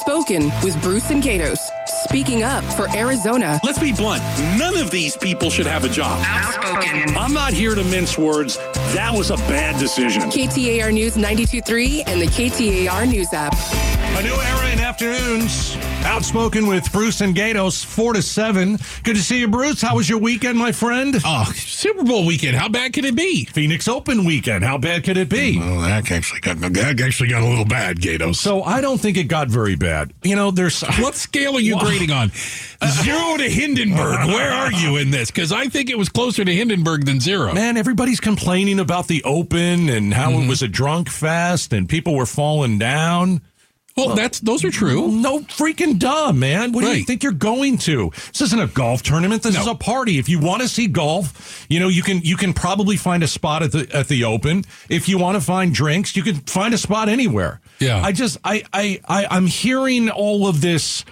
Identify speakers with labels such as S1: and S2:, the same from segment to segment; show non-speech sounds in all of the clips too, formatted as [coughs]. S1: Spoken with Bruce and Gatos, speaking up for Arizona.
S2: Let's be blunt. None of these people should have a job.
S1: Outspoken.
S2: I'm not here to mince words. That was a bad decision.
S1: KTAR News 923 and the KTAR News app.
S3: A new era in afternoons. Outspoken with Bruce and Gatos, four to seven. Good to see you, Bruce. How was your weekend, my friend?
S4: Oh, Super Bowl weekend. How bad could it be?
S3: Phoenix Open weekend. How bad could it be?
S4: Well, Oh, that actually got that actually got a little bad, Gatos.
S3: So I don't think it got very bad. You know, there's
S4: What scale are you
S3: [laughs]
S4: grading on?
S3: Uh,
S4: Zero to Hindenburg. Where are you in this? Because I think it was closer to Hindenburg than zero.
S3: man, everybody's complaining about the Open and how
S4: Mm-hmm.
S3: it was a drunk fest and people were falling down.
S4: Well, that's those are true.
S3: No freaking duh, man. What do you
S4: Right.
S3: think you're going to? This isn't a golf tournament. This
S4: No.
S3: is a party. If you want to see golf, you know you can you can probably find a spot at the at the Open. If you want to find drinks, you can find a spot anywhere.
S4: Yeah.
S3: I just I I, I I'm hearing all of this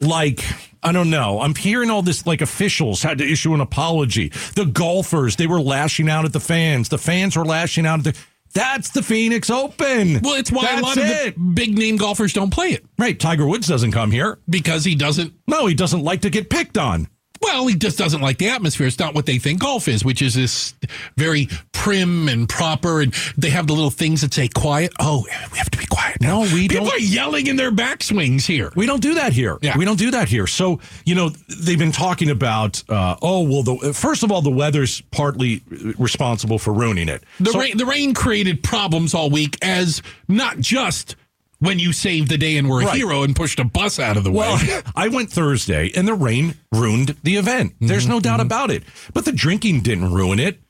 S3: like I don't know. I'm hearing all this like officials had to issue an apology. The golfers, they were lashing out at the fans. The fans were lashing out at the That's the Phoenix Open.
S4: Well, it's why
S3: That's
S4: a lot of
S3: it.
S4: the big name golfers don't play it
S3: Right, Tiger Woods doesn't come here.
S4: because he doesn't.
S3: No, he doesn't like to get picked on.
S4: Well, he just doesn't like the atmosphere. It's not what they think golf is, which is this very prim and proper. And they have the little things that say quiet. Oh, we have to be quiet. Now.
S3: No, we
S4: People
S3: don't-
S4: are yelling in their backswings here.
S3: We don't do that here.
S4: Yeah.
S3: We don't do that here. So, you know, they've been talking about, uh, oh, well, the first of all, the weather's partly responsible for ruining it.
S4: The,
S3: So-
S4: rain, the rain created problems all week as not just when you saved the day and were a
S3: Right.
S4: hero and pushed a bus out of
S3: [laughs]
S4: the
S3: well,
S4: way.
S3: I went Thursday and the rain ruined the event. There's no
S4: Mm-hmm.
S3: doubt about it. But the drinking didn't ruin it.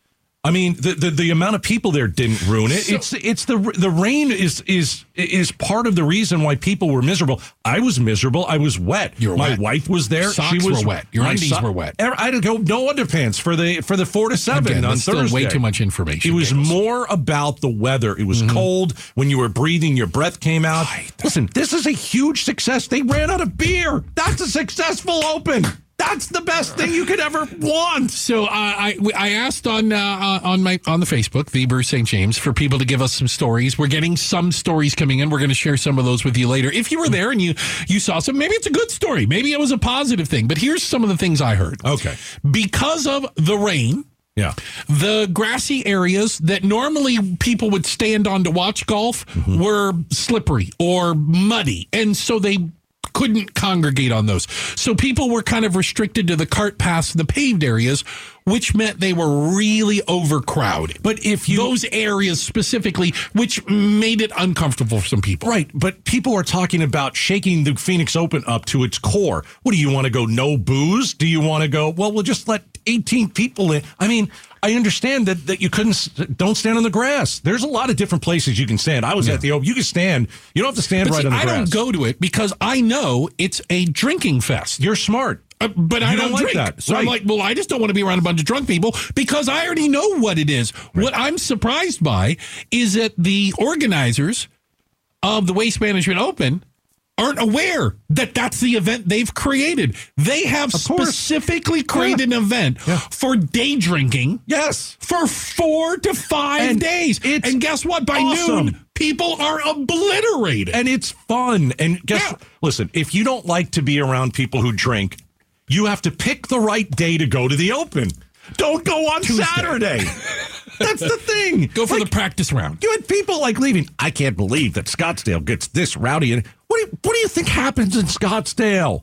S3: I mean, the, the, the amount of people there didn't ruin it.
S4: So-
S3: it's it's the the rain is is is part of the reason why people were miserable. I was miserable. I was wet.
S4: You were
S3: my
S4: wet.
S3: wife was there.
S4: Socks
S3: she was
S4: were wet. Your
S3: my
S4: undies were wet.
S3: I had to go no underpants for the for the four to seven
S4: Again,
S3: on
S4: that's
S3: Thursday.
S4: still way too much information.
S3: It was
S4: Gables.
S3: more about the weather. It
S4: Mm-hmm.
S3: was cold. When you were breathing, your breath came out. Listen, this is a huge success. They ran out of beer. That's a successful open. That's the best thing you could ever want.
S4: So uh, I we- I asked on uh, uh, on my on the Facebook the Bruce St James for people to give us some stories. We're getting some stories coming in. We're going to share some of those with you later. If you were there and you you saw some, maybe it's a good story. Maybe it was a positive thing. But here's some of the things I heard.
S3: Okay.
S4: because of the rain,
S3: Yeah.
S4: the grassy areas that normally people would stand on to watch golf
S3: Mm-hmm.
S4: were slippery or muddy. And so they couldn't congregate on those. So people were kind of restricted to the cart paths and the paved areas, which meant they were really overcrowded.
S3: But if you
S4: those areas specifically, which made it uncomfortable for some people.
S3: Right, but people are talking about shaking the Phoenix Open up to its core. What do you want to go? No booze? Do you want to go? Well, we'll just let 18 people in. I mean, I understand that that you couldn't s- don't stand on the grass. There's a lot of different places you can stand. I was at the Open. You can stand. You don't have to stand
S4: But
S3: right
S4: see,
S3: on the
S4: I
S3: grass.
S4: don't go to it because I know it's a drinking fest.
S3: You're smart.
S4: Uh, but I
S3: You
S4: don't,
S3: don't like
S4: drink.
S3: that.
S4: So I'm
S3: Right.
S4: like, well, I just don't want to be around a bunch of drunk people because I already know what it is. What I'm surprised by is that the organizers of the Waste Management Open aren't aware that that's the event they've created. They have
S3: course.
S4: specifically created an event for day drinking
S3: Yes.
S4: for four to five
S3: And
S4: days.
S3: it's
S4: And guess what? By
S3: awesome.
S4: noon, people are obliterated.
S3: And it's fun. And guess
S4: Yeah.
S3: listen, if you don't like to be around people who drink, you have to pick the right day to go to the open. Don't go on Saturday.
S4: [laughs]
S3: That's the thing.
S4: Go for
S3: Like,
S4: the practice round.
S3: You had people like leaving. I can't believe that Scottsdale gets this rowdy. And what do you, what do you think happens in Scottsdale?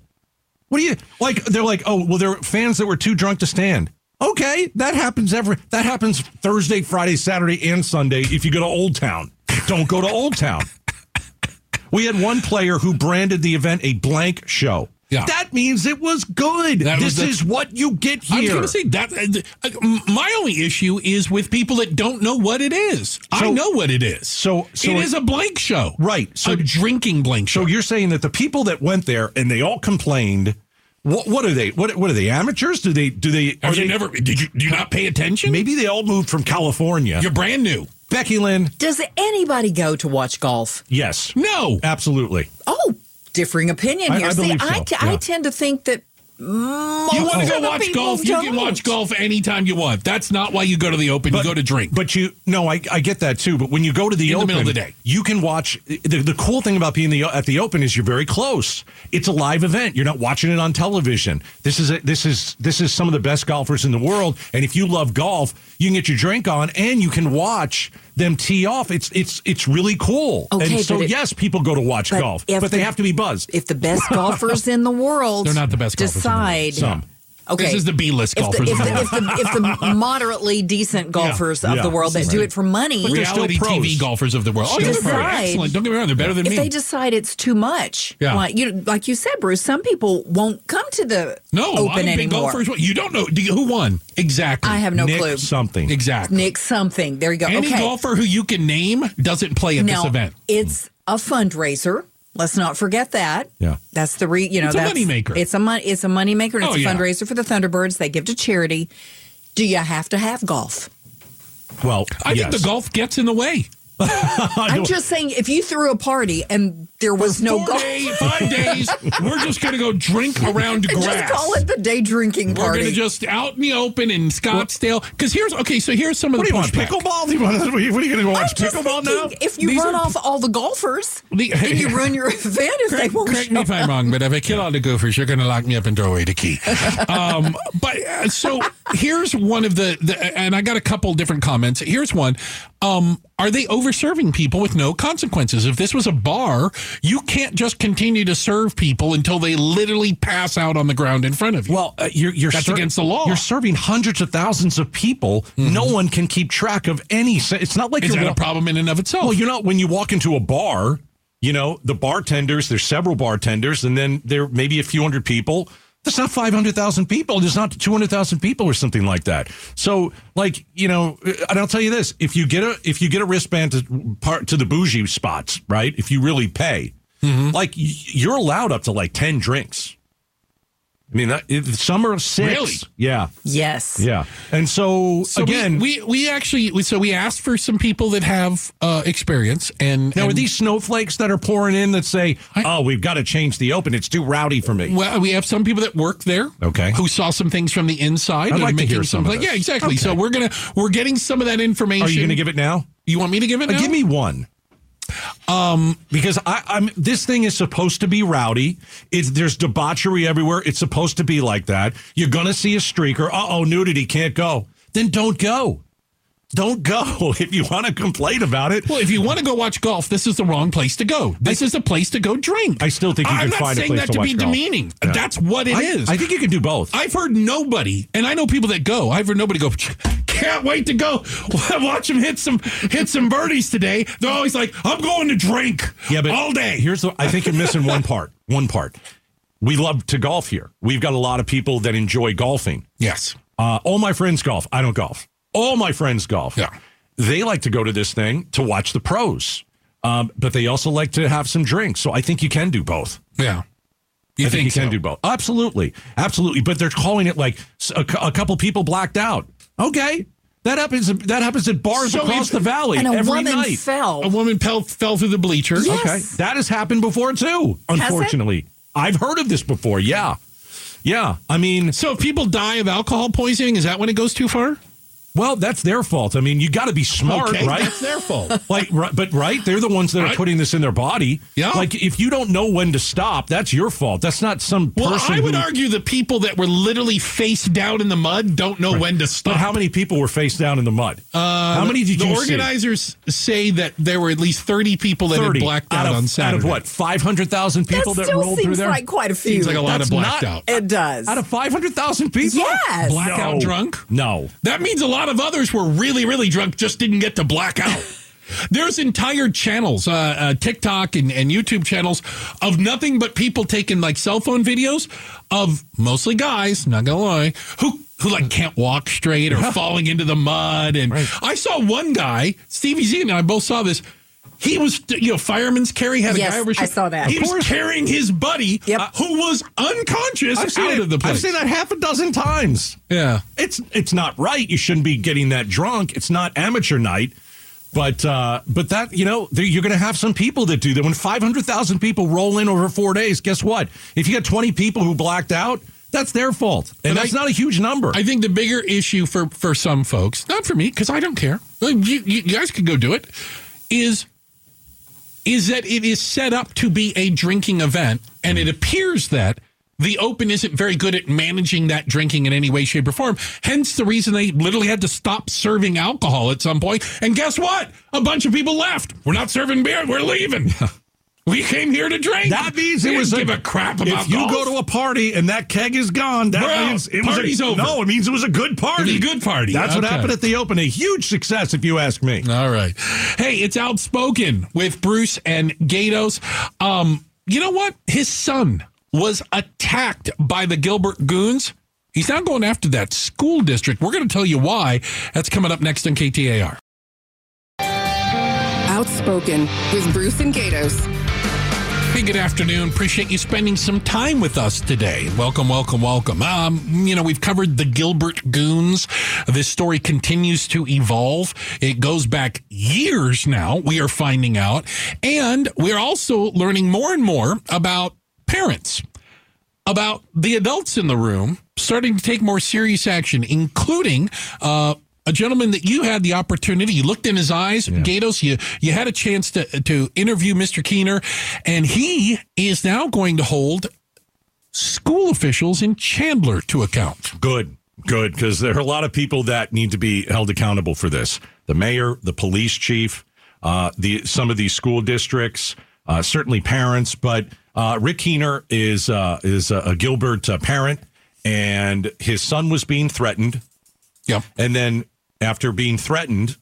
S3: What do you like? They're like, oh, well, there were fans that were too drunk to stand. Okay, that happens every. That happens Thursday, Friday, Saturday, and Sunday. If you go to Old Town, don't go to Old Town. We had one player who branded the event a blank show.
S4: Yeah.
S3: That means it was good.
S4: That was
S3: this
S4: the-
S3: is what you get
S4: I was
S3: here.
S4: going to say that. Uh, uh, my only issue is with people that don't know what it is. I
S3: So-
S4: know what it is.
S3: so- so
S4: it
S3: it-
S4: is a blank show,
S3: Right, so-
S4: a drinking blank show.
S3: So you're saying that the people that went there and they all complained. What, what are they? What, what are they? Amateurs? Do they? Do they?
S4: Are
S3: Are
S4: you
S3: they?
S4: never? Did you do you not pay attention?
S3: Maybe they all moved from California.
S4: You're brand new.
S3: Becky Lynn.
S5: Does anybody go to watch golf?
S3: Yes.
S4: No.
S3: Absolutely.
S5: Oh, differing opinion
S3: I-
S5: here.
S3: I
S5: See,
S3: believe
S5: I
S3: so,
S5: te-
S3: yeah.
S5: I tend to think that
S4: You
S3: oh.
S4: want to
S5: Most
S4: go
S5: of the
S4: watch
S5: people
S4: golf? You can
S5: don't.
S4: watch golf anytime you want. That's not why you go to the open. you go to drink.
S3: But you no, I, I get that too. But when you go to the
S4: In the
S3: open,
S4: middle of the day.
S3: you can watch. The, the cool thing about being the at the open is you're very close. It's a live event. You're not watching it on television. This is a, this is this is some of the best golfers in the world. And if you love golf, you can get your drink on and you can watch them tee off. It's it's it's really cool.
S5: Okay,
S3: and so
S5: but it-
S3: yes, people go to watch
S5: but
S3: golf,
S5: if
S3: but they
S5: the-
S3: have to be buzzed.
S5: If the
S4: [laughs]
S5: best golfers in the world
S4: They're not the best golfers in the world.
S5: decide.
S3: Some.
S5: Okay.
S4: This is the B-list
S5: If the-
S4: golfers
S5: If
S4: in
S5: the,
S4: the world. [laughs]
S5: if, the, if, the, moderately decent golfers of
S3: yeah,
S5: the world that do it for money,
S3: they're still
S4: reality
S3: pros.
S4: TV golfers of the world. Oh,
S5: Still
S4: they're very
S5: pros.
S4: excellent. Don't get me wrong. They're better than
S5: if
S4: me.
S5: they decide it's too much,
S4: Yeah.
S5: like you like you said, Bruce, some people won't come to the
S4: no, a lot
S5: open
S4: of big
S5: anymore.
S4: golfers. You don't know do you- who won exactly.
S5: I have no
S3: Nick
S5: clue.
S3: something.
S4: exactly.
S5: Nick something. There you go.
S4: Any
S5: okay.
S4: golfer who you can name doesn't play at
S5: now,
S4: this event.
S5: It's a fundraiser. Let's not forget that.
S3: Yeah.
S5: That's the re you know
S4: It's a
S5: that's
S4: moneymaker.
S5: It's a money it's a moneymaker and
S4: Oh,
S5: it's a
S4: yeah.
S5: fundraiser for the Thunderbirds. They give to charity. Do you have to have golf?
S3: Well,
S4: I think
S3: yes. [laughs]
S4: the golf gets in the way.
S5: I'm just saying if you threw a party and there was no
S4: Four
S5: golf
S4: day, five
S5: [laughs]
S4: days. We're just gonna go drink around grass.
S5: just call it the day drinking
S4: We're
S5: party.
S4: gonna just out in the open in Scottsdale. Because here's okay. So here's some of
S3: What do
S4: the
S3: you want?
S4: pushback.
S3: Pickleball? [laughs] Do you want, what are you going to go
S5: I'm
S3: watch
S5: just
S3: pickleball now?
S5: thinking, if you
S4: These
S5: run
S4: are-
S5: off all the golfers, [laughs]
S4: The- [laughs]
S5: then you ruin your event if they won't
S4: Correct
S5: show
S4: me if I'm wrong, but if I kill all the goofers, you're going to lock me up and throw away
S3: [laughs]
S4: the key. Um, but uh, so here's one of the, the, and I got a couple different comments. Here's one: um, Are they over serving people with no consequences? If this was a bar, you can't just continue to serve people until they literally pass out on the ground in front of you.
S3: Well, uh, you're you're
S4: That's against the law. Mm-hmm.
S3: You're serving hundreds of thousands of people. No one can keep track of any. se- It's not like
S4: is
S3: you're
S4: that a
S3: wa-
S4: problem in and of itself?
S3: Well, you're not when you walk into a bar. You know the bartenders. There's several bartenders, and then there may be a few hundred people. There's not five hundred thousand people. There's not two hundred thousand people or something like that. So, like you know, uh, and I'll tell you this: if you get a if you get a wristband to part to the bougie spots, right? If you really pay,
S4: Mm-hmm.
S3: like y- you're allowed up to like ten drinks. I mean, that, if, some are six.
S4: Really?
S3: Yeah.
S5: Yes.
S3: Yeah. And so,
S4: So we-
S3: again,
S4: we, we actually we, so we asked for some people that have uh, experience, and
S3: now are
S4: and-
S3: these snowflakes that are pouring in that say, "Oh, we've got to change the open. It's too rowdy for me."
S4: Well, we have some people that work there,
S3: Okay.
S4: who saw some things from the inside.
S3: I'd
S4: and
S3: like to
S4: making
S3: hear some of
S4: pla-
S3: this.
S4: Yeah, exactly. So we're gonna we're getting some of that information.
S3: are you going to give it now?
S4: You want me to give it?
S3: Uh,
S4: Now?
S3: give me one. Um, because I, I'm this thing is supposed to be rowdy. It's there's debauchery everywhere. It's supposed to be like that. You're gonna see a streaker. Uh oh, nudity can't go. Then don't go. Don't go [laughs] if you want to complain about it.
S4: Well, if you want to go watch golf, this is the wrong place to go. This is a place to go drink.
S3: I still think you can
S4: I'm not
S3: find a
S4: saying
S3: place
S4: that
S3: to
S4: to, be
S3: watch golf.
S4: demeaning. That's what it is.
S3: I, I think you can do both.
S4: I've heard nobody, and I know people that go. I've heard nobody go. Can't wait to go [laughs] watch them hit some hit some birdies today. They're always like, "I'm going to drink,
S3: Yeah, but
S4: all day."
S3: Here's the. I think you're missing one part. One part. We love to golf here. We've got a lot of people that enjoy golfing.
S4: yes,
S3: Uh, all my friends golf. I don't golf. All my friends golf.
S4: Yeah.
S3: They like to go to this thing to watch the pros, um, but they also like to have some drinks. So I think you can do both.
S4: yeah. You
S3: I think, you
S4: so?
S3: can do both. Absolutely, absolutely. But they're calling it like s- a, cou- a couple people blacked out. Okay, that happens. That happens at bars
S4: So
S3: across
S4: if-
S3: the valley
S5: And a
S3: every
S5: woman
S3: night.
S5: fell.
S4: A woman fell, fell through the bleacher.
S5: Yeah.
S3: Okay.
S5: Yes.
S3: That has happened before too, unfortunately. I've heard of this before. Yeah. Yeah. I mean,
S4: So if people die of alcohol poisoning, is that when it goes too far?
S3: well, that's their fault. I mean, you got to be smart,
S4: Okay,
S3: right?
S4: that's their fault.
S3: [laughs] Like, ri- but right, they're the ones that are
S4: I-
S3: putting this in their body.
S4: Yeah.
S3: Like, if you don't know when to stop, that's your fault. That's not some
S4: Well,
S3: person.
S4: I would
S3: who-
S4: argue the people that were literally face down in the mud don't know when to stop.
S3: But how many people were face down in the mud? Uh, how many did
S4: the
S3: you see?
S4: organizers say that there were at least 30 people that had blacked out,
S3: out of,
S4: on Saturday.
S3: Out of what? Five hundred thousand
S5: That
S3: people that,
S5: still
S3: rolled through
S5: seems
S3: there.
S5: like quite a few.
S4: Seems like a lot
S3: That's
S4: of blacked
S3: not-
S4: out.
S5: it does.
S3: out of five hundred thousand people.
S5: Yes.
S4: Blackout
S3: No.
S4: drunk?
S3: No.
S4: That means a lot of others were really, really drunk, just didn't get to
S3: [laughs]
S4: black out. There's entire channels, uh, uh, TikTok and, and YouTube channels, of nothing but people taking like cell phone videos of mostly guys, not gonna lie, who who like can't walk straight
S3: [laughs]
S4: or falling into the mud. And I saw one guy, Stevie Z and I both saw this. He was, you know, fireman's carry had a
S5: Yes,
S4: guy over. his
S5: I
S4: shoulder.
S5: saw that.
S4: He
S5: Of
S4: was carrying his buddy, uh,
S5: Yep.
S4: who was unconscious,
S3: I've seen
S4: out
S3: it.
S4: of the place.
S3: I've seen that half a dozen times.
S4: Yeah.
S3: It's it's not right. You shouldn't be getting that drunk. It's not amateur night. But uh, but that you know there- you're going to have some people that do that. When 500,000 people roll in over four days, guess what? If you got 20 people who blacked out, That's their fault. And
S4: But
S3: that's
S4: I-
S3: not a huge number.
S4: I think the bigger issue for for some folks, not for me, because I don't care. You, you, you guys could go do it. Is is that it is set up to be a drinking event, and it appears that the Open isn't very good at managing that drinking in any way, shape, or form. Hence the reason they literally had to stop serving alcohol at some point. And guess what? A bunch of people left. We're not serving beer. We're
S3: [laughs]
S4: leaving. We came here to drink.
S3: that means
S4: We
S3: it
S4: didn't
S3: was
S4: give a crap about
S3: If you
S4: golf.
S3: go to a party and that keg is gone, that
S4: We're out.
S3: means it was
S4: Party's
S3: a,
S4: over.
S3: No, it means it was a good party.
S4: It was a good party.
S3: That's what
S4: Okay.
S3: happened at the Open. A huge success, if you ask me.
S4: [laughs] All right. Hey, it's outspoken with Bruce and Gatos. Um, you know what? His son was attacked by the Gilbert Goons. He's now going after that school district. We're going to tell you why. That's coming up next on KTAR.
S1: Outspoken with Bruce and Gatos.
S4: Hey, good afternoon. Appreciate you spending some time with us today. Welcome, welcome, welcome. Um, you know, we've covered the Gilbert Goons. This story continues to evolve. It goes back years now, we are finding out. And we're also learning more and more about parents, about the adults in the room starting to take more serious action, including, uh, a gentleman that you had the opportunity, you looked in his eyes, Gatos. You you had a chance to to interview Mr. Keener, and he is now going to hold school officials in Chandler to account.
S3: Good, good, because there are a lot of people that need to be held accountable for this. The mayor, the police chief, uh, the some of these school districts, uh, certainly parents. But uh, Rick Keener is uh, is a, a Gilbert uh, parent, and his son was being threatened,
S4: Yep.
S3: and then after being threatened,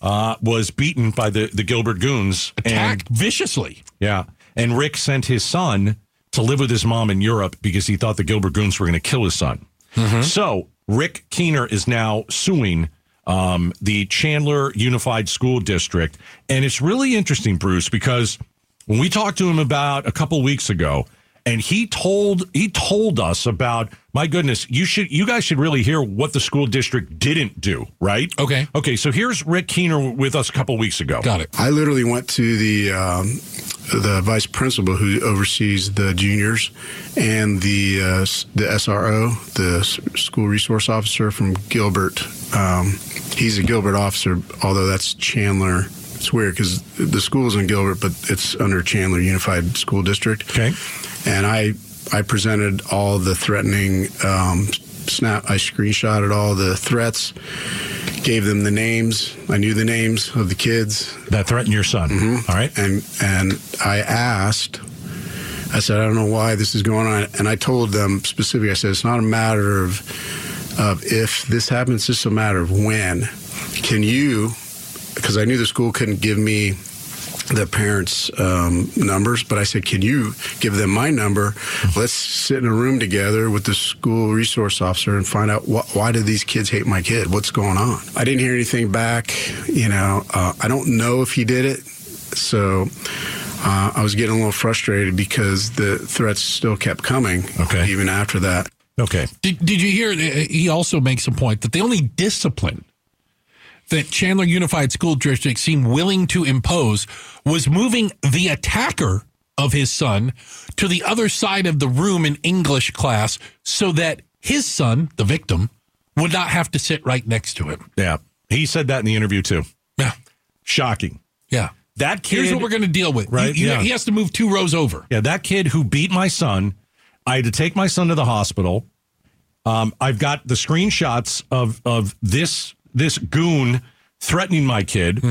S3: uh, was beaten by the the Gilbert goons and
S4: Attacked viciously.
S3: yeah. And Rick sent his son to live with his mom in Europe because he thought the Gilbert Goons were going to kill his son.
S4: Mm-hmm.
S3: So Rick Keener is now suing um, the Chandler Unified School District. And it's really interesting, Bruce, because when we talked to him about a couple weeks ago, and he told he told us about my goodness, you should you guys should really hear what the school district didn't do, right?
S4: Okay.
S3: Okay, so here's Rick Keener with us a couple weeks ago.
S4: Got it.
S6: I literally went to the um, the vice principal who oversees the juniors and the uh, s- the SRO, the s- school resource officer from Gilbert. Um, he's a Gilbert officer, although that's Chandler. It's weird because the school's in Gilbert, but it's under Chandler Unified School District.
S3: Okay.
S6: And I I presented all the threatening um, snap. I screenshotted all the threats. Gave them the names. I knew the names of the kids
S3: That threatened your son.
S4: Mm-hmm.
S3: All right.
S6: and and I asked. I said, I don't know why this is going on, and I told them specifically. I said, it's not a matter of of if this happens; it's just a matter of when. Can you? Because I knew the school couldn't give me the parents' um, numbers, but I said, can you give them my number? Let's sit in a room together with the school resource officer and find out wh- why do these kids hate my kid? What's going on? I didn't hear anything back. You know, uh, I don't know if he did it. So uh, I was getting a little frustrated because the threats still kept coming.
S3: Okay.
S6: Even after that.
S3: Okay.
S4: Did, did you hear? uh, He also makes a point that the only discipline that Chandler Unified School District seemed willing to impose was moving the attacker of his son to the other side of the room in English class so that his son, the victim, would not have to sit right next to him.
S3: Yeah. He said that in the interview too.
S4: Yeah.
S3: Shocking.
S4: Yeah.
S3: That kid
S4: Here's what we're going to deal with.
S3: Right,
S4: You- you-
S3: yeah.
S4: He has to move two rows over.
S3: Yeah, that kid who beat my son. I had to take my son to the hospital. Um, I've got the screenshots of of this this goon threatening my kid.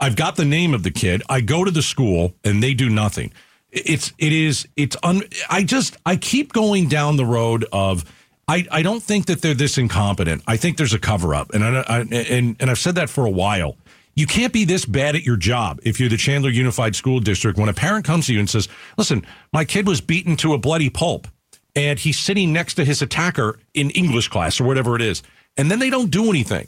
S3: I've got the name of the kid. I go to the school and they do nothing. I- It's it is it's un. I just I keep going down the road of. I, I don't think that they're this incompetent. I think there's a cover up, and I, I and and I've said that for a while. You can't be this bad at your job if you're the Chandler Unified School District. When a parent comes to you and says, "Listen, my kid was beaten to a bloody pulp," and he's sitting next to his attacker in English class or whatever it is, and then they don't do anything.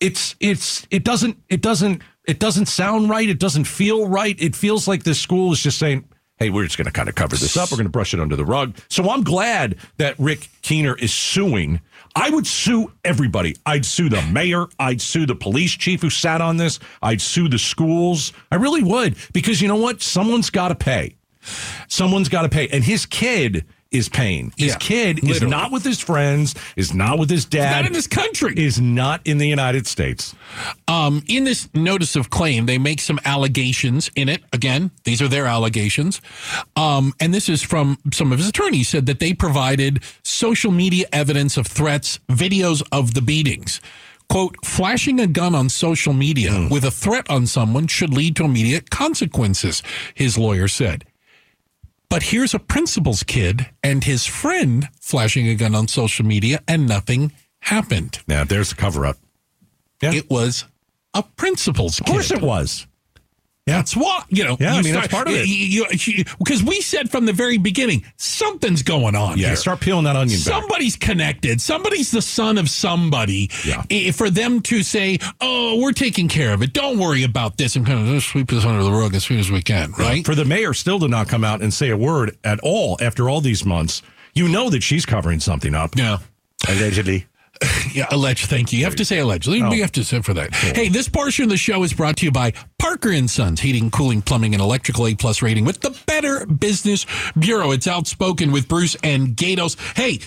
S3: It's it's it doesn't it doesn't it doesn't sound right. It doesn't feel right. It feels like this school is just saying, "Hey, we're just going to kind of cover this up. We're going to brush it under the rug." So I'm glad that Rick Keener is suing. I would sue everybody. I'd sue the mayor. I'd sue the police chief who sat on this. I'd sue the schools. I really would because you know what? Someone's got to pay someone's got to pay. And his kid is pain. His
S4: Yeah,
S3: kid is
S4: literally.
S3: not with his friends, is not with his dad,
S4: Not in this country.
S3: is not in the United States.
S4: Um, in this notice of claim, they make some allegations in it. Again, these are their allegations. Um, and this is from some of his attorneys said that they provided social media evidence of threats, videos of the beatings. Quote, flashing a gun on social media
S3: Hmm.
S4: with a threat on someone should lead to immediate consequences, his lawyer said. But here's a principal's kid and his friend flashing a gun on social media, and nothing happened.
S3: Now, there's a cover up. Yeah.
S4: It was a principal's
S3: of course
S4: kid.
S3: it was.
S4: That's what you know.
S3: Yeah,
S4: you
S3: I mean, that's part of it.
S4: Because we said from the very beginning, something's going on
S3: Yeah.
S4: here.
S3: Start peeling that onion back.
S4: Somebody's connected. Somebody's the son of somebody.
S3: Yeah.
S4: I- For them to say, "Oh, we're taking care of it. Don't worry about this," and kind of just sweep this under the rug as soon as we can, right?
S3: For the mayor still to not come out and say a word at all after all these months, you know that she's covering something
S4: [laughs]
S3: up.
S4: Yeah.
S3: Allegedly.
S4: Yeah, alleged. Thank you. You have to say allegedly.
S3: Oh.
S4: We have to say for that. Hey, this portion of the show is brought to you by Parker and Sons Heating, Cooling, Plumbing, and Electrical A plus rating with the Better Business Bureau. It's outspoken with Bruce and Gatos. Hey.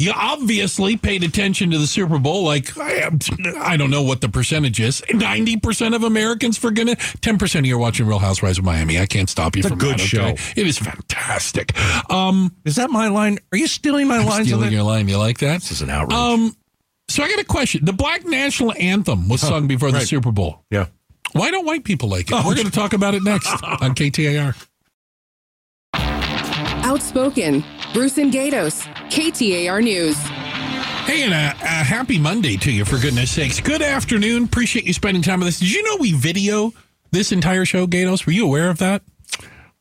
S4: You obviously paid attention to the Super Bowl. Like, I, I don't know what the percentage is. 90% of Americans for gonna, 10% of you are watching Real Housewives of Miami. I can't stop you
S3: It's a
S4: from
S3: good
S4: that,
S3: show.
S4: okay? It is fantastic. Um,
S3: Is that my line? Are you stealing my lines? on
S4: stealing
S3: that?
S4: your line. You like that?
S3: this is an outrage.
S4: Um, so I got a question. The black national anthem was sung before the
S3: right. Oh.
S4: Super Bowl.
S3: yeah.
S4: Why don't white people like it? We're going to talk about it next
S3: [laughs]
S4: on KTAR.
S1: Outspoken. Bruce and Gatos. KTAR News.
S4: Hey, and a, a happy Monday to you, for goodness sakes. Good afternoon. Appreciate you spending time with us. Did you know we video this entire show, Gatos? Were you aware of that?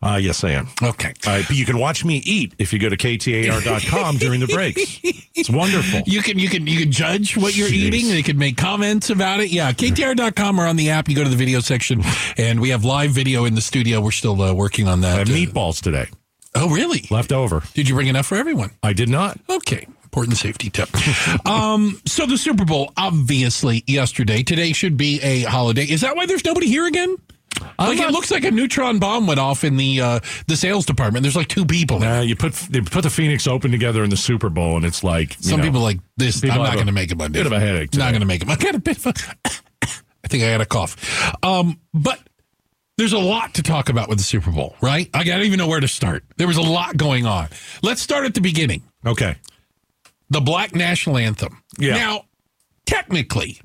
S3: Uh, yes, I am.
S4: Okay.
S3: All right, but you can watch me eat if you go to ktar.com during the
S4: [laughs]
S3: breaks. It's wonderful.
S4: You can you can you can judge what you're
S3: Jeez.
S4: eating. They can make comments about it. Yeah, ktr.com or on the app. You go to the video section, and we have live video in the studio. We're still uh, working on
S3: I
S4: that.
S3: had
S4: Uh,
S3: meatballs today,
S4: oh, really?
S3: left over.
S4: Did you bring enough for everyone?
S3: I did not.
S4: Okay. Important safety tip. um, so the Super Bowl, obviously, yesterday. Today should be a holiday. Is that why there's nobody here again? like
S3: not-
S4: it looks like a neutron bomb went off in the uh, the sales department. There's like two people.
S3: Uh, you put they put the Phoenix Open together in the Super Bowl, and it's like you
S4: Some
S3: know,
S4: people are like this.
S3: people
S4: I'm not
S3: have a
S4: going to make it Monday.
S3: bit of a headache
S4: Not
S3: today.
S4: going to make it. I got a bit of a. [coughs] I think I got a cough. Um, but there's a lot to talk about with the Super Bowl, right? I don't even know where to start. There was a lot going on. Let's start at the beginning.
S3: Okay,
S4: the black national anthem.
S3: Yeah.
S4: Now, technically,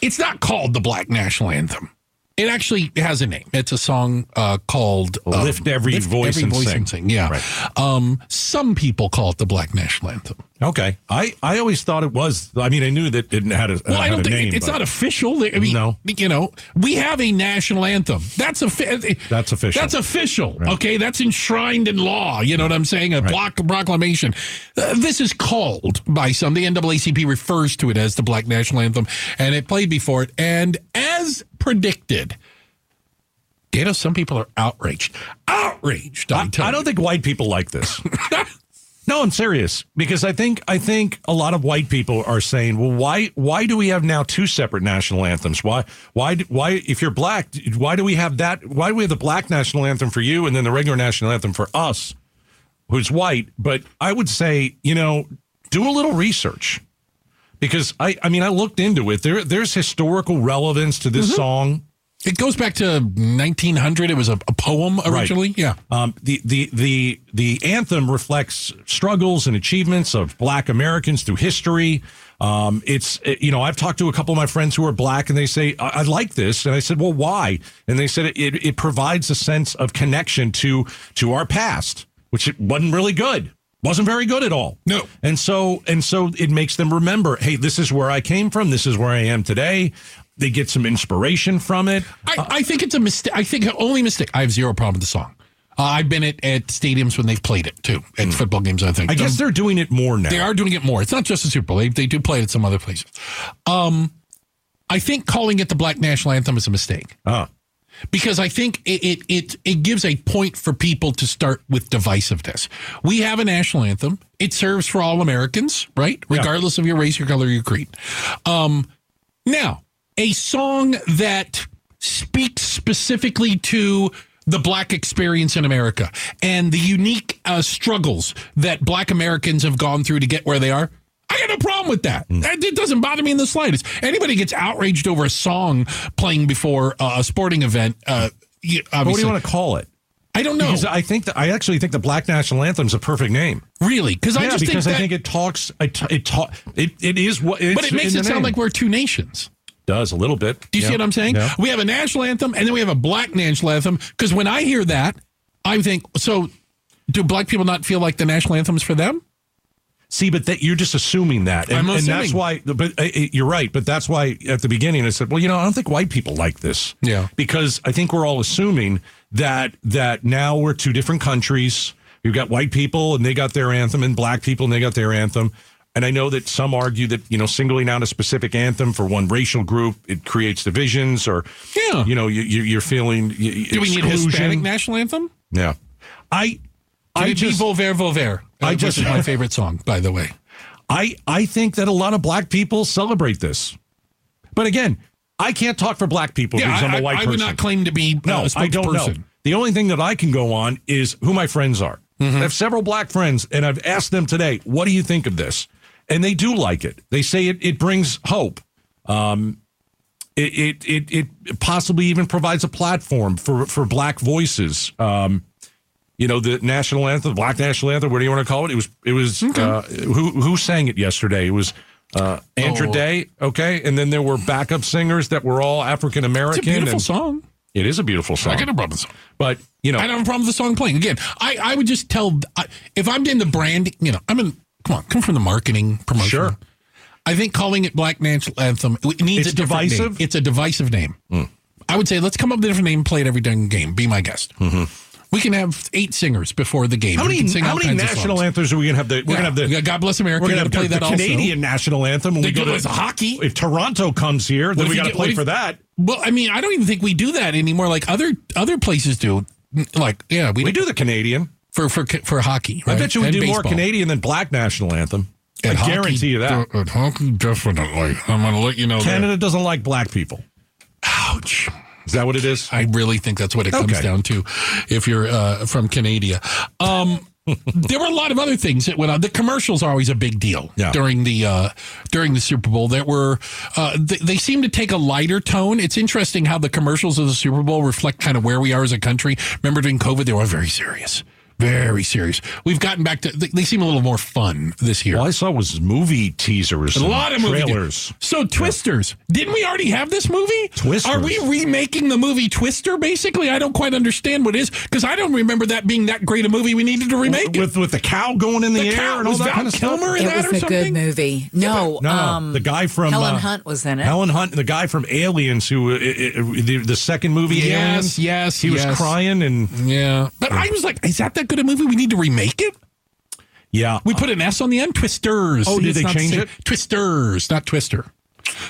S4: it's not called the black national anthem. It actually has a name. It's a song uh, called um,
S3: Lift Every Voice and Sing.
S4: Yeah.
S3: Right.
S4: Um, some people call it the black national anthem.
S3: okay. I, I always thought it was. I mean, I knew that it had a,
S4: Well,
S3: had
S4: I don't
S3: a
S4: think
S3: name.
S4: it's
S3: but
S4: not official. I mean,
S3: No.
S4: you know, we have a national anthem. That's offi-
S3: That's official.
S4: That's official. Okay, that's enshrined in law. You know what I'm saying? A block proclamation. Uh, this is called by some. The NAACP refers to it as the Black National Anthem, and it played before it. And as predicted, you know, some people are outraged. Outraged. I'm
S3: I
S4: telling
S3: don't think white people like this.
S4: you.
S3: No, I'm serious because I think I think a lot of white people are saying, "Well, why why do we have now two separate national anthems? Why why do- why if you're black, why do we have that? Why do we have the black national anthem for you and then the regular national anthem for us, who's white?" But I would say, you know, do a little research because I I mean I looked into it. There there's historical relevance to this song.
S4: it goes back to 1900. It was a, a poem originally. Yeah.
S3: Um, the, the the the anthem reflects struggles and achievements of Black Americans through history. Um, it's uh, you know I've talked to a couple of my friends who are Black and they say I, I like this and I said well why and they said it, it it provides a sense of connection to to our past which it wasn't really good wasn't very good at all
S4: No.
S3: and so and so it makes them remember hey this is where I came from this is where I am today they get some inspiration from it
S4: I, I think it's a mistake. I think the only mistake. I have zero problem with the song. Uh, I've been at, at stadiums when they've played it too, at football games. I
S3: Hmm.
S4: think Um,
S3: I guess they're doing it more now
S4: they are doing it more. It's not just the Super Bowl. They, they do play it at some other places. Um, I think calling it the Black National Anthem is a mistake
S3: Ah.
S4: because I think it, it it it gives a point for people to start with divisiveness. We have a national anthem. It serves for all Americans, right? Regardless of your race, your color, your creed. Um, now, a song that speaks specifically to the black experience in America and the unique uh, struggles that black Americans have gone through to get where they are. I got no problem with that.
S3: Hmm.
S4: That- It doesn't bother me in the slightest. Anybody gets outraged over a song playing before uh, a sporting event. Uh, you-
S3: But what do
S4: obviously-
S3: you uh, want to call it?
S4: I don't know.
S3: Because I think that I actually think the Black National Anthem is a perfect name.
S4: really? Because I
S3: yeah,
S4: just think
S3: because
S4: that.
S3: I think it talks. It ta- it, ta- it it is what. It's
S4: but it makes
S3: in
S4: it
S3: the
S4: sound
S3: name.
S4: like we're two nations.
S3: does a little bit.
S4: Do you see what I'm saying?
S3: Yeah.
S4: We have a national anthem and then we have a black national anthem. Because when I hear that, I think, so do black people not feel like the national anthems for them?
S3: See, but that you're just assuming that, and,
S4: I'm
S3: and that's
S4: assuming.
S3: why. But uh, uh, you're right. But that's why at the beginning I said, well, you know, I don't think white people like this.
S4: Yeah.
S3: because I think we're all assuming that that now we're two different countries. You've got white people and they got their anthem, and black people and they got their anthem. And I know that some argue that you know singling out a specific anthem for one racial group it creates divisions, or
S4: Yeah.
S3: you know, you, you, you're feeling. You,
S4: Do we need a Hispanic national anthem?
S3: Yeah, I. I
S4: I
S3: just,
S4: Volver Volver.
S3: I
S4: I just
S3: just-
S4: is my favorite song, by the way.
S3: I I think that a lot of black people celebrate this. But again, I can't talk for black people
S4: Yeah,
S3: because I,
S4: I,
S3: am a white
S4: I- I
S3: person.
S4: would not claim to be uh,
S3: no,
S4: a
S3: I don't know.
S4: spokesperson.
S3: The only thing that I can go on is who my friends are.
S4: Mm-hmm.
S3: I have several black friends, and I've asked them today, "What do you think of this?" And they do like it. They say it it brings hope. Um, it it it, it possibly even provides a platform for for black voices. Um, you know the national anthem, black national anthem. What do you want to call it? It was it was uh, who who sang it yesterday? It was uh, Andra
S4: Oh.
S3: Day. Okay, and then there were backup singers that were all African American.
S4: It's a beautiful song.
S3: It is a beautiful song.
S4: I got a problem with the song.
S3: But you know,
S4: I don't have a problem with the song playing. Again, I, I would just tell I, if I'm in the brand, you know, I'm in. Come on, come from the marketing promotion.
S3: Sure.
S4: I think calling it Black National Anthem it needs
S3: It's
S4: a different name.
S3: divisive? Hmm.
S4: It's a divisive name. I would say let's come up with a different name. Play it every dang game. Be my guest. We can have eight singers before the
S3: Mm-hmm.
S4: game.
S3: how
S4: We
S3: many
S4: can sing
S3: how
S4: all
S3: many
S4: kinds of
S3: national
S4: songs.
S3: anthems are we gonna have? The we're
S4: Yeah.
S3: gonna have the
S4: We got God bless America.
S3: We're gonna have
S4: gotta play
S3: the
S4: that also.
S3: Canadian national anthem. When
S4: They
S3: we go
S4: do it
S3: to
S4: with hockey.
S3: If Toronto comes here,
S4: What
S3: then
S4: if
S3: we
S4: you
S3: got to
S4: get- what
S3: play
S4: if-
S3: for that.
S4: Well, I mean, I don't even think we do that anymore. Like other other places do. Like yeah, we,
S3: We do the Canadian.
S4: for for for hockey.
S3: I
S4: right?
S3: bet you we
S4: And
S3: do more
S4: baseball.
S3: Canadian than black national anthem. I
S4: At hockey,
S3: guarantee you that.
S4: de- At hockey, definitely. I'm going to let you know
S3: Canada doesn't like black people.
S4: that. Ouch.
S3: Is that what it is?
S4: I really think that's what it comes
S3: Okay.
S4: down to if you're uh, from Canada.
S3: [laughs]
S4: Um, there were a lot of other things that went on. The commercials are always a big deal
S3: Yeah.
S4: during the uh, during the Super Bowl. That were uh, they, they seem to take a lighter tone. It's interesting how the commercials of the Super Bowl reflect kind of where we are as a country. Remember during COVID, they were very serious, very serious. We've gotten back to they, they seem a little more fun this year.
S3: All I saw was movie teasers,
S4: A
S3: and
S4: lot of movie
S3: trailers.
S4: do- So Twisters, didn't we already have this movie?
S3: Twisters.
S4: Are we remaking the movie Twister? Basically, I don't quite understand what it is because I don't remember that being that great a movie. We needed to remake it.
S3: with with the cow going in the,
S4: The
S3: air
S4: cow-
S3: and all
S4: was
S3: that
S4: Val
S3: kind of stuff.
S4: Kilmer in
S5: It
S4: that
S5: was
S4: or
S5: a good
S4: something?
S5: movie. No,
S3: No,
S5: um,
S3: the guy from
S5: Helen
S3: uh,
S5: Hunt was in it.
S3: Helen Hunt, the guy from Aliens, who uh, uh, uh, the, the second movie,
S4: Yes,
S3: Aliens.
S4: yes,
S3: he
S4: yes.
S3: was crying and
S4: Yeah, but I was like, is that that good a movie? We need to remake it.
S3: yeah.
S4: We put an S on the end. Twisters.
S3: Oh,
S4: See,
S3: did
S4: it's
S3: they
S4: not the
S3: change
S4: same-
S3: it?
S4: Twisters, not Twister.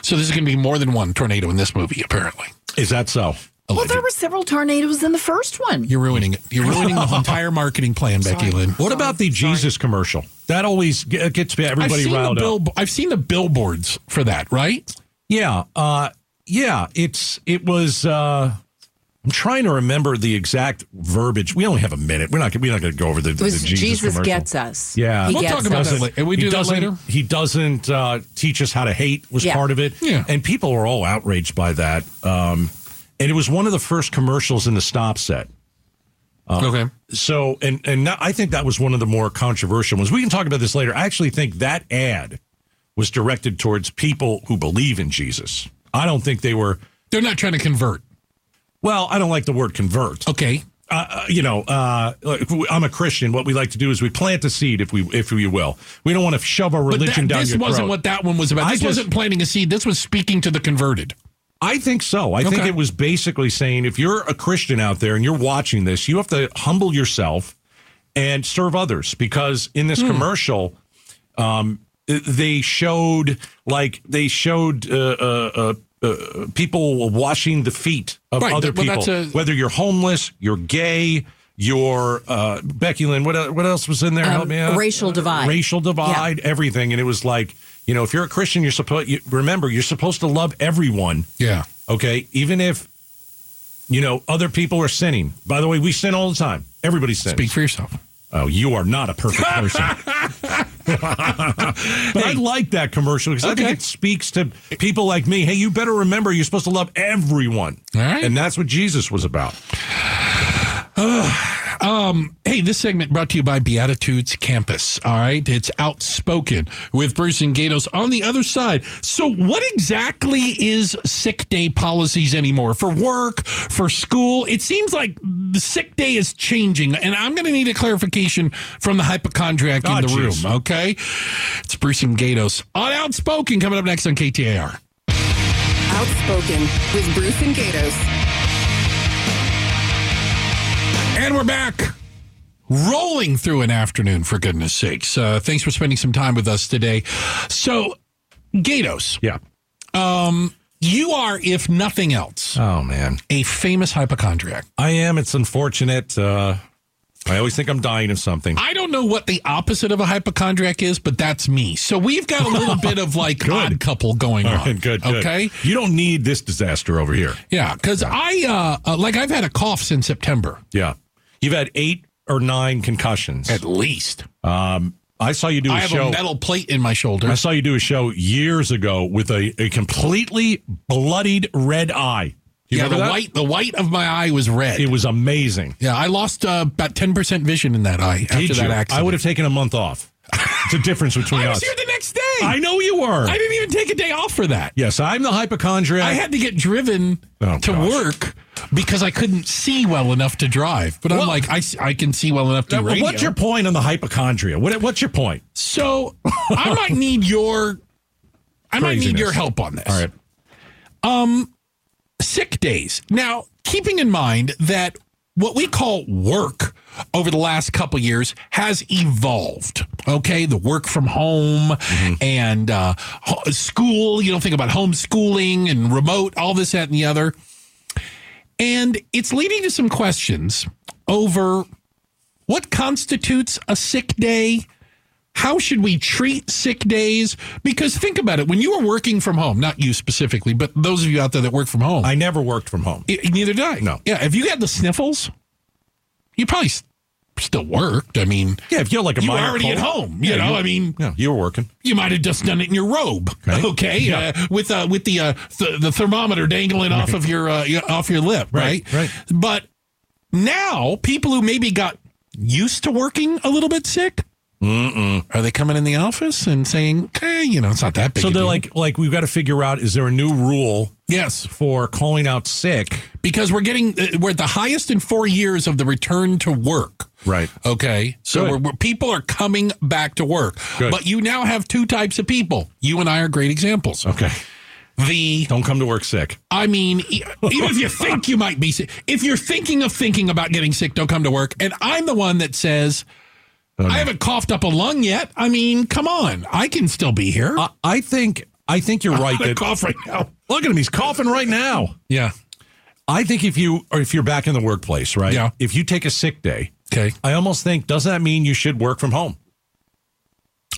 S4: So there's going to be more than one tornado in this movie, apparently.
S3: Is that so?
S5: well, there were several tornadoes in the first one.
S4: You're ruining it. You're ruining the [laughs] entire marketing plan, Becky Lynn.
S3: What about the Jesus commercial? That always ge- gets everybody
S4: I've seen
S3: riled
S4: the
S3: up.
S4: bill- I've seen the billboards for that, right?
S3: Yeah, uh, yeah. It's it was. Uh, I'm trying to remember the exact verbiage. We only have a minute. We're not. We're not going to go over the,
S5: It
S3: the
S5: was
S3: Jesus,
S5: Jesus,
S3: commercial.
S5: gets us.
S3: Yeah,
S5: He
S4: We'll
S5: gets
S4: talk about
S5: us.
S4: that later. We do
S3: he
S4: that
S3: doesn't-
S4: later?
S3: He doesn't uh, teach us how to hate was
S5: Yeah.
S3: part of it.
S4: Yeah.
S3: And people are all outraged by that. Um, and it was one of the first commercials in the stop set.
S4: okay.
S3: So, and and that- I think that was one of the more controversial ones. We can talk about this later. I actually think that ad was directed towards people who believe in Jesus. I don't think they were.
S4: They're not trying to convert.
S3: Well, I don't like the word convert.
S4: Okay.
S3: Uh, uh, you know, uh, like, I'm a Christian. What we like to do is we plant a seed, if we if we will. We don't want to shove our
S4: But
S3: religion
S4: that,
S3: down
S4: this
S3: your
S4: wasn't
S3: throat.
S4: what that one was about.
S3: I
S4: This
S3: just-
S4: wasn't planting a seed. This was speaking to the converted.
S3: I think so. I think
S4: Okay.
S3: it was basically saying if you're a Christian out there and you're watching this, you have to humble yourself and serve others because in
S4: Hmm.
S3: this commercial, um, they showed like they showed uh, uh, uh, uh, people washing the feet of
S4: Right,
S3: other
S4: well,
S3: people,
S4: that's a-
S3: whether you're homeless, you're gay. Your uh, Becky Lynn, what el- what else was in there? Help me out.
S5: Um, racial divide.
S3: racial divide, everything, and it was like you know, if you're a Christian, you're supposed you, remember you're supposed to love everyone,
S4: Yeah.
S3: Okay. Even if You know, other people are sinning. By the way, we sin all the time. Everybody sins.
S4: Speak for yourself.
S3: Oh, you are not a
S4: [laughs]
S3: perfect person. but I like that commercial because I
S4: Okay.
S3: think it speaks to people like me. Hey, you better remember you're supposed to love everyone.
S4: All right.
S3: And that's what Jesus was about.
S4: Hey, this segment brought to you by Beatitudes Campus. All right. It's outspoken with Bruce and Gatos on the other side. So, what exactly is sick day policies anymore for work, for school? It seems like the sick day is changing, and I'm going to need a clarification from the hypochondriac
S3: Ah,
S4: in the
S3: jeez.
S4: room. Okay. It's Bruce and Gatos on Outspoken coming up next on KTAR.
S1: Outspoken with Bruce and Gatos.
S4: And we're back. Rolling through an afternoon, for goodness sakes. Uh, thanks for spending some time with us today. So, Gatos,
S3: Yeah.
S4: you are, if nothing else,
S3: Oh, man.
S4: a famous hypochondriac.
S3: I am. It's unfortunate. Uh, I always think I'm dying of something.
S4: I don't know what the opposite of a hypochondriac is, but that's me. So, we've got a
S3: [laughs]
S4: little bit of like odd couple
S3: [laughs]
S4: going
S3: All
S4: on.
S3: right, good, good.
S4: Okay.
S3: You don't need this disaster over here.
S4: Yeah. Cause I, uh, uh, like, I've had a cough since September.
S3: Yeah. You've had eight or nine concussions.
S4: least.
S3: Um, I saw you do a
S4: I have
S3: show.
S4: a metal plate in my shoulder.
S3: I saw you do a show years ago with a, a completely bloodied red eye. Do you
S4: yeah,
S3: remember
S4: the
S3: that?
S4: white, the white of my eye was red.
S3: It was amazing.
S4: Yeah, I lost uh, about ten percent vision in that eye after
S3: Did
S4: that
S3: you?
S4: accident.
S3: I would have taken a month off. It's a difference between
S4: [laughs] I
S3: us.
S4: was here the next day.
S3: I know you were.
S4: I didn't even take a day off for that.
S3: yes, I'm the hypochondriac.
S4: I had to get driven
S3: Oh,
S4: to
S3: gosh.
S4: work because I couldn't see well enough to drive. But I'm
S3: Well-
S4: like, I, s- I can see well enough to
S3: Now,
S4: radio.
S3: what's your point on the hypochondria? What, what's your point?
S4: so I
S3: [laughs]
S4: might need your I might need
S3: Craziness.
S4: your help on this.
S3: All right.
S4: sick days. Now, keeping in mind that what we call work over the last couple years has evolved. Okay, the work from home and uh, ho- school. You don't think about homeschooling and remote, all this, that, and the other. And it's leading to some questions over what constitutes a sick day? How should we treat sick days? Because think about it when you are working from home, not you specifically, but those of you out there that work from home.
S3: I never worked from home.
S4: I- neither did I.
S3: No.
S4: Yeah. If you had the sniffles, you probably s- still worked. I mean,
S3: Yeah, if you're like a
S4: you were
S3: minor
S4: already at
S3: cold-
S4: home. You know, I mean,
S3: Yeah, you were working.
S4: you might have just done it in your robe. [laughs] Okay.
S3: Yeah.
S4: Uh, with uh, with the uh, th- the thermometer dangling off of your uh, your- off your lip.
S3: Right,
S4: Right.
S3: right.
S4: But now people who maybe got used to working a little bit sick. Are they coming in the office and saying, "Hey, you know, it's not that big"?
S3: So
S4: a
S3: they're
S4: deal."
S3: like, like we've got to figure out is there a new rule
S4: "Yes,
S3: for calling out sick?
S4: because we're getting uh, we're at the highest in four years of the return to work.
S3: Right.
S4: Okay. So
S3: Good.
S4: we're, we're, people are coming back to work,
S3: Good.
S4: but you now have two types of people. You and I are great examples.
S3: Okay.
S4: The
S3: Don't come to work sick.
S4: I mean, e- even if you think you might be sick, if you're thinking of thinking about getting sick, don't come to work. And I'm the one that says.
S3: Oh,
S4: I haven't coughed up a lung yet. I mean, come on. I can still be here.
S3: I, I think [laughs] I think you're right.
S4: I'm gonna
S3: That,
S4: cough right now.
S3: look at him; he's coughing right now.
S4: Yeah.
S3: I think if you or if you're back in the workplace, right?
S4: Yeah.
S3: If you take a sick day,
S4: Okay.
S3: I almost think doesn't that mean you should work from home?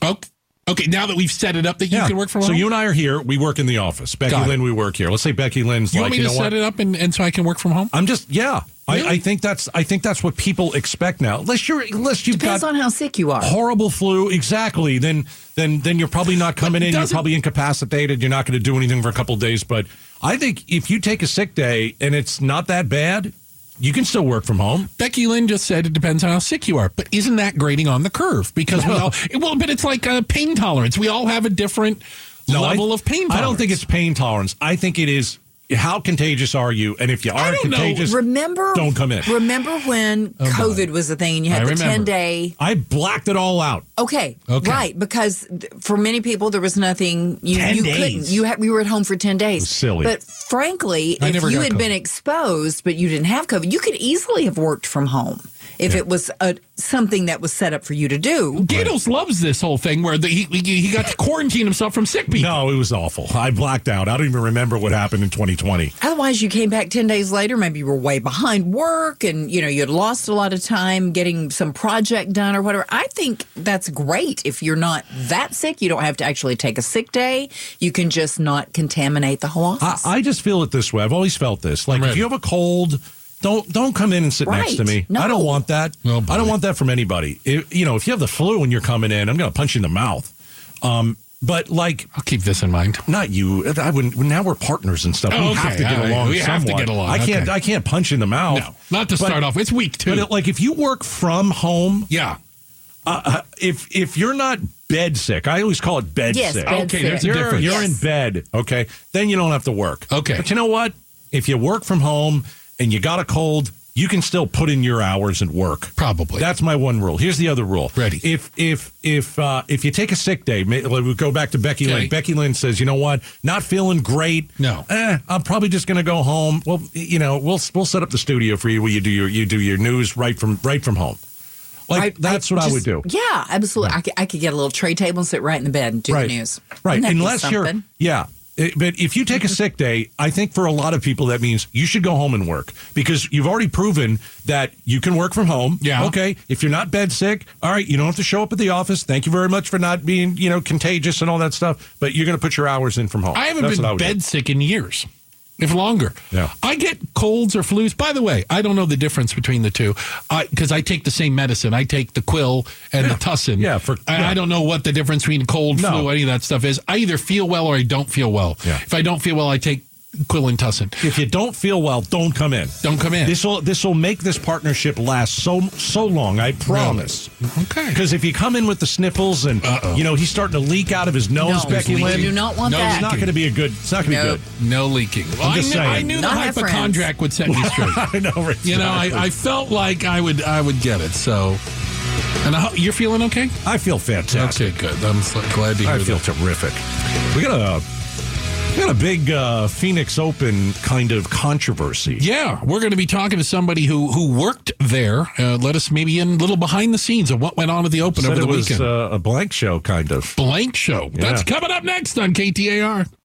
S4: Okay. Oh, Okay. Now that we've set it up that you can work from
S3: so
S4: home.
S3: you and I are here. We work in the office. Becky
S4: Got it.
S3: Lynn, we work here. Let's say Becky Lynn's
S4: You
S3: like,
S4: want me
S3: you
S4: to
S3: know
S4: set
S3: what?
S4: it up and, and so I can work from home?
S3: I'm just yeah. I,
S4: Really?
S3: I think that's I think that's what people expect now. Unless you're unless you've
S5: Depends
S3: got
S5: on how sick you are.
S3: horrible flu, exactly. Then then then you're probably not coming in. You're
S4: doesn't-
S3: probably incapacitated. You're not going to do anything for a couple of days. But I think if you take a sick day and it's not that bad, you can still work from home.
S4: Becky Lynn just said it depends on how sick you are, but isn't that grading on the curve? Because we all well, but it's like a pain tolerance. We all have a different
S3: I-
S4: level of pain. Tolerance.
S3: I don't think it's pain tolerance. I think it is how contagious are you? And if you are
S4: don't know.
S3: contagious,
S5: Remember,
S3: don't come in. Oh,
S5: Remember when COVID was a thing? and You
S4: I
S5: had the ten
S4: remember.
S5: day.
S3: I blacked it all out.
S5: Okay,
S4: Okay.
S5: right. Because th- for many people, there was nothing you,
S4: 10
S5: you
S4: days.
S5: couldn't. You had, we were at home for ten days.
S3: silly.
S5: But frankly,
S4: I
S5: if
S4: never
S5: you
S4: got
S5: had been
S4: COVID.
S5: exposed but you didn't have COVID, you could easily have worked from home. If it was a, something that was set up for you to do,
S4: Gatos loves this whole thing where the, he he he got to quarantine himself from sick people.
S3: No, it was awful. I blacked out. I don't even remember what happened in 2020.
S5: otherwise you came back 10 days later, maybe you were way behind work and you know you had lost a lot of time getting some project done or whatever. I think that's great if you're not that sick, you don't have to actually take a sick day. You can just not contaminate the whole
S3: I,
S5: office.
S3: I just feel it this way. I've always felt this. Like if
S4: Right.
S3: you have a cold, don't don't come in and sit next to
S5: Right.
S3: me.
S5: No.
S3: I don't want that.
S4: No,
S3: I don't
S4: buddy.
S3: want that from anybody. If, you know, if you have the flu and you're coming in, I'm going to punch you in the mouth. Um, but like
S4: I'll keep this in mind.
S3: not you. I wouldn't. Now we're partners and stuff.
S4: Oh,
S3: we have
S4: okay.
S3: to get
S4: All right.
S3: along.
S4: We have to
S3: somewhat.
S4: get along.
S3: I can't.
S4: Okay.
S3: I can't punch you in the mouth.
S4: No, not to
S3: But-
S4: start off. It's week two.
S3: But it, like if you work from home,
S4: yeah.
S3: if if you're not bed sick, I always call it bed
S5: Yes,
S3: sick.
S5: bed
S4: Okay,
S5: sick.
S4: there's a
S3: You're,
S4: difference.
S3: you're in
S5: Yes.
S3: bed, okay? Then you don't have to work.
S4: Okay.
S3: But you know what? If you work from home and you got a cold, you can still put in your hours and work.
S4: Probably.
S3: That's my one rule. Here's the other rule.
S4: Ready.
S3: If if if uh, if you take a sick day, may- like, we go back to Becky
S4: Okay.
S3: Lynn. Becky Lynn says, you know what? Not feeling great.
S4: No.
S3: Eh, I'm probably just going to go home. Well, you know, we'll we'll set up the studio for you where you do your you do your news right from right from home. Like
S5: I-
S3: that's what I would
S5: just-
S3: do.
S5: Yeah, absolutely. I, could, I could get a little tray table and sit right in the bed and do the news.
S3: Right.
S5: Wouldn't that be
S3: Unless you're,
S5: something?
S3: yeah. It- but if you take a sick day, I think for a lot of people that means you should go home and work because you've already proven that you can work from home.
S4: Yeah.
S3: Okay. If you're not bed sick, all right, you don't have to show up at the office. Thank you very much for not being, you know, contagious and all that stuff. But you're going to put your hours in from home.
S4: I haven't
S3: That's what
S4: been
S3: would do.
S4: bed sick in years, if longer.
S3: Yeah.
S4: I get colds or flus. By the way, I don't know the difference between the two because I, take the same medicine. I take the Quill and the Tussin.
S3: Yeah, for-
S4: I,
S3: yeah.
S4: I don't know what the difference between cold,
S3: No.
S4: flu, any of that stuff is. I either feel well or I don't feel well.
S3: Yeah.
S4: If I don't feel well, I take Quill and Tussin.
S3: If you don't feel well, don't come in.
S4: Don't come in.
S3: This will this will make this partnership last so so long. I promise.
S4: Okay.
S3: Because if you come in with the sniffles and you know he's starting to leak out of his nose,
S5: No,
S3: Becky
S5: we
S3: Lynn,
S5: do not want
S4: No,
S5: that.
S3: it's not going to be a good. It's not going to
S5: Nope.
S3: be good.
S4: No leaking. Well, I,
S3: just
S4: knew, I
S3: saying.
S4: knew the
S5: Not my friends.
S4: hypochondriac would set me
S3: [laughs]
S4: straight.
S3: I know. Rich.
S4: you know, I, I felt like I would I would get it. So, and I, ho- you're feeling okay?
S3: I feel fantastic.
S4: Okay, good. I'm so glad to hear
S3: I
S4: that.
S3: feel terrific. We got a we got a big uh, Phoenix Open kind of controversy.
S4: Yeah, we're going to be talking to somebody who who worked there. Uh, let us maybe in a little behind the scenes of what went on at the Open
S3: Said
S4: over the
S3: it was
S4: weekend.
S3: uh, a blank show, kind of.
S4: Blank show. That's
S3: Yeah.
S4: coming up next on KTAR.